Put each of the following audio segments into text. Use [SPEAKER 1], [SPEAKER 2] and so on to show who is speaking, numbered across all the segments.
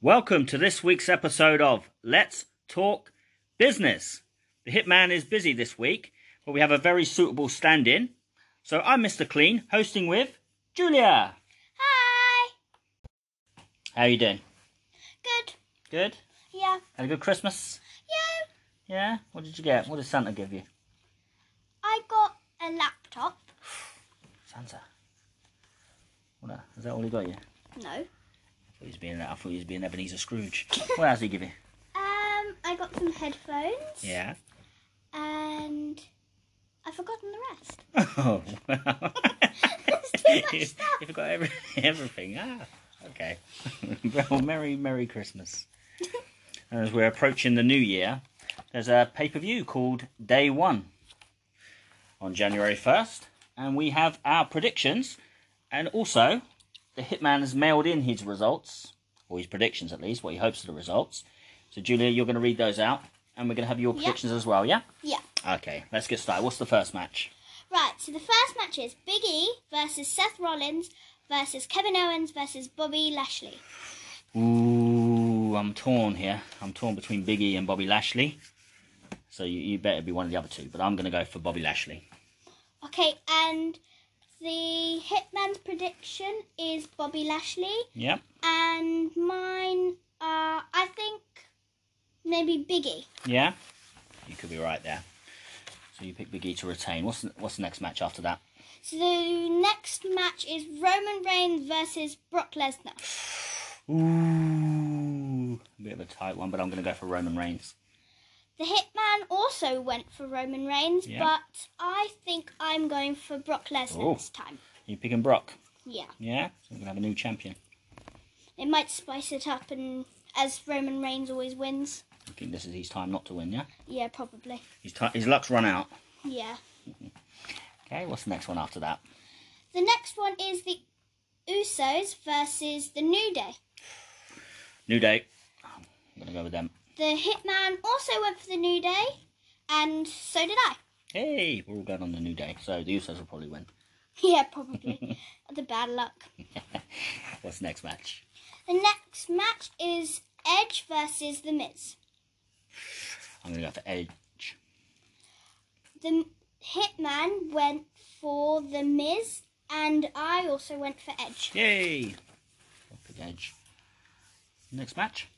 [SPEAKER 1] Welcome to this week's episode of Let's Talk Business. The Hitman is busy this week, but we have a very suitable stand in. So I'm Mr. Clean, hosting with Julia.
[SPEAKER 2] Hi.
[SPEAKER 1] How are you doing?
[SPEAKER 2] Good.
[SPEAKER 1] Good?
[SPEAKER 2] Yeah.
[SPEAKER 1] Had a good Christmas?
[SPEAKER 2] Yeah.
[SPEAKER 1] Yeah? What did you get? What did Santa give you?
[SPEAKER 2] I got a laptop.
[SPEAKER 1] Santa. What the- Is that all he got you? I
[SPEAKER 2] No.
[SPEAKER 1] thought he was being, I thought he was being Ebenezer Scrooge. What else did he give you?
[SPEAKER 2] Um, I got some headphones.
[SPEAKER 1] Yeah.
[SPEAKER 2] And I've forgotten the rest.
[SPEAKER 1] Oh, wow.
[SPEAKER 2] It's too much
[SPEAKER 1] You-
[SPEAKER 2] stuff.
[SPEAKER 1] you forgot every, everything. Ah, okay. well, Merry, Merry Christmas. And as we're approaching the new year, there's a pay per view called Day One on January 1st. And we have our predictions. And also, the Hitman has mailed in his results, or his predictions at least, what he hopes are the results. So, Julia, you're going to read those out. And we're going to have your
[SPEAKER 2] Yeah.
[SPEAKER 1] predictions as well, yeah?
[SPEAKER 2] Yeah.
[SPEAKER 1] Okay, let's get started. What's the first match?
[SPEAKER 2] Right. So the first match is Big E versus Seth Rollins versus Kevin Owens versus Bobby Lashley.
[SPEAKER 1] Ooh, I'm torn here. I'm torn between Big E and Bobby Lashley. So you, you better be one of the other two, but I'm going to go for Bobby Lashley.
[SPEAKER 2] Okay. And the Hitman's prediction is Bobby Lashley,
[SPEAKER 1] Yep.
[SPEAKER 2] and mine are I think maybe Big E.
[SPEAKER 1] Yeah? You could be right there. So you pick Big E to retain. What's the, what's the next match after that?
[SPEAKER 2] So the next match is Roman Reigns versus Brock Lesnar.
[SPEAKER 1] Ooh, a bit of a tight one, but I'm going to go for Roman Reigns.
[SPEAKER 2] The Hitman also went for Roman Reigns,
[SPEAKER 1] Yeah.
[SPEAKER 2] but I think I'm going for Brock Lesnar
[SPEAKER 1] Oh.
[SPEAKER 2] this time.
[SPEAKER 1] You picking Brock?
[SPEAKER 2] Yeah,
[SPEAKER 1] Yeah? So we're going to have a new champion.
[SPEAKER 2] it might spice it up, and as Roman Reigns always wins.
[SPEAKER 1] I think this is his time not to win, yeah?
[SPEAKER 2] Yeah, probably.
[SPEAKER 1] His, ti his luck's run out.
[SPEAKER 2] Yeah.
[SPEAKER 1] Okay, what's the next one after that?
[SPEAKER 2] The next one is the Usos versus the New Day.
[SPEAKER 1] New Day. I'm going to go with them.
[SPEAKER 2] The Hitman also went for the New Day, and so did I.
[SPEAKER 1] Hey, we're all going on the New Day, so the Usos will probably win.
[SPEAKER 2] Yeah, probably. the bad luck.
[SPEAKER 1] What's next match?
[SPEAKER 2] The next match is Edge versus The Miz.
[SPEAKER 1] I'm gonna go for Edge.
[SPEAKER 2] The Hitman went for The Miz, and I also went for Edge.
[SPEAKER 1] Yay! I'll pick Edge. Next match.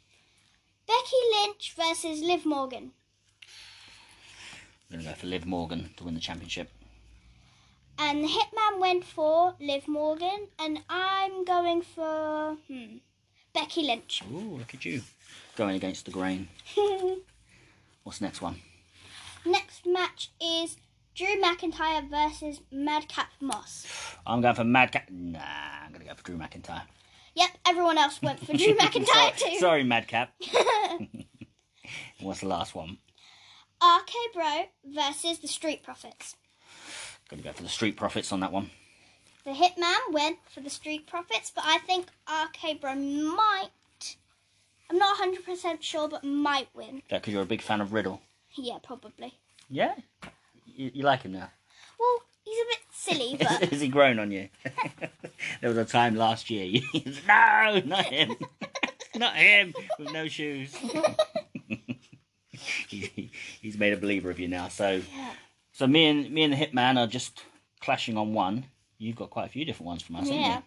[SPEAKER 2] Becky Lynch versus Liv Morgan.
[SPEAKER 1] I'm gonna go for Liv Morgan to win the championship.
[SPEAKER 2] And the Hitman went for Liv Morgan, and I'm going for hmm, Becky Lynch.
[SPEAKER 1] Ooh, look at you. Going against the grain. What's the next one?
[SPEAKER 2] Next match is Drew McIntyre versus Madcap Moss.
[SPEAKER 1] I'm going for Madcap. Nah, I'm gonna go for Drew McIntyre.
[SPEAKER 2] Yep, everyone else went for Drew McIntyre
[SPEAKER 1] sorry,
[SPEAKER 2] too.
[SPEAKER 1] sorry, Madcap. What's the last one?
[SPEAKER 2] RK Bro versus the Street Profits.
[SPEAKER 1] Gonna go for the Street Profits on that one.
[SPEAKER 2] The Hitman went for the Street Profits, but I think RK Bro might. I'm not 100% sure, but might win.
[SPEAKER 1] Is that because you're a big fan of Riddle?
[SPEAKER 2] Yeah, probably.
[SPEAKER 1] Yeah. You, you like him now?
[SPEAKER 2] Well, he's a bit silly,
[SPEAKER 1] Has
[SPEAKER 2] but.
[SPEAKER 1] has he grown on you? there was a time last year. You, no, not him. not him with no shoes. he, he's made a believer of you now. So,
[SPEAKER 2] Yeah.
[SPEAKER 1] so me and me and the hitman are just clashing on one. You've got quite a few different ones from us, haven't
[SPEAKER 2] Yeah.
[SPEAKER 1] you?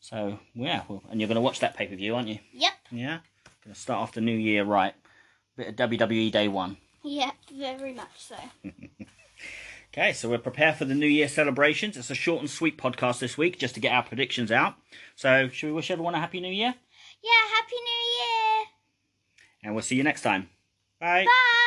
[SPEAKER 1] So yeah, well, and you're going to watch that pay per view, aren't you?
[SPEAKER 2] Yep.
[SPEAKER 1] Yeah. Going to start off the new year right. Bit of WWE Day One.
[SPEAKER 2] Yeah, very much so.
[SPEAKER 1] Okay, so we're prepared for the New Year celebrations. It's a short and sweet podcast this week just to get our predictions out. So, should we wish everyone a Happy New Year?
[SPEAKER 2] Yeah, Happy New Year!
[SPEAKER 1] And we'll see you next time. Bye.
[SPEAKER 2] Bye!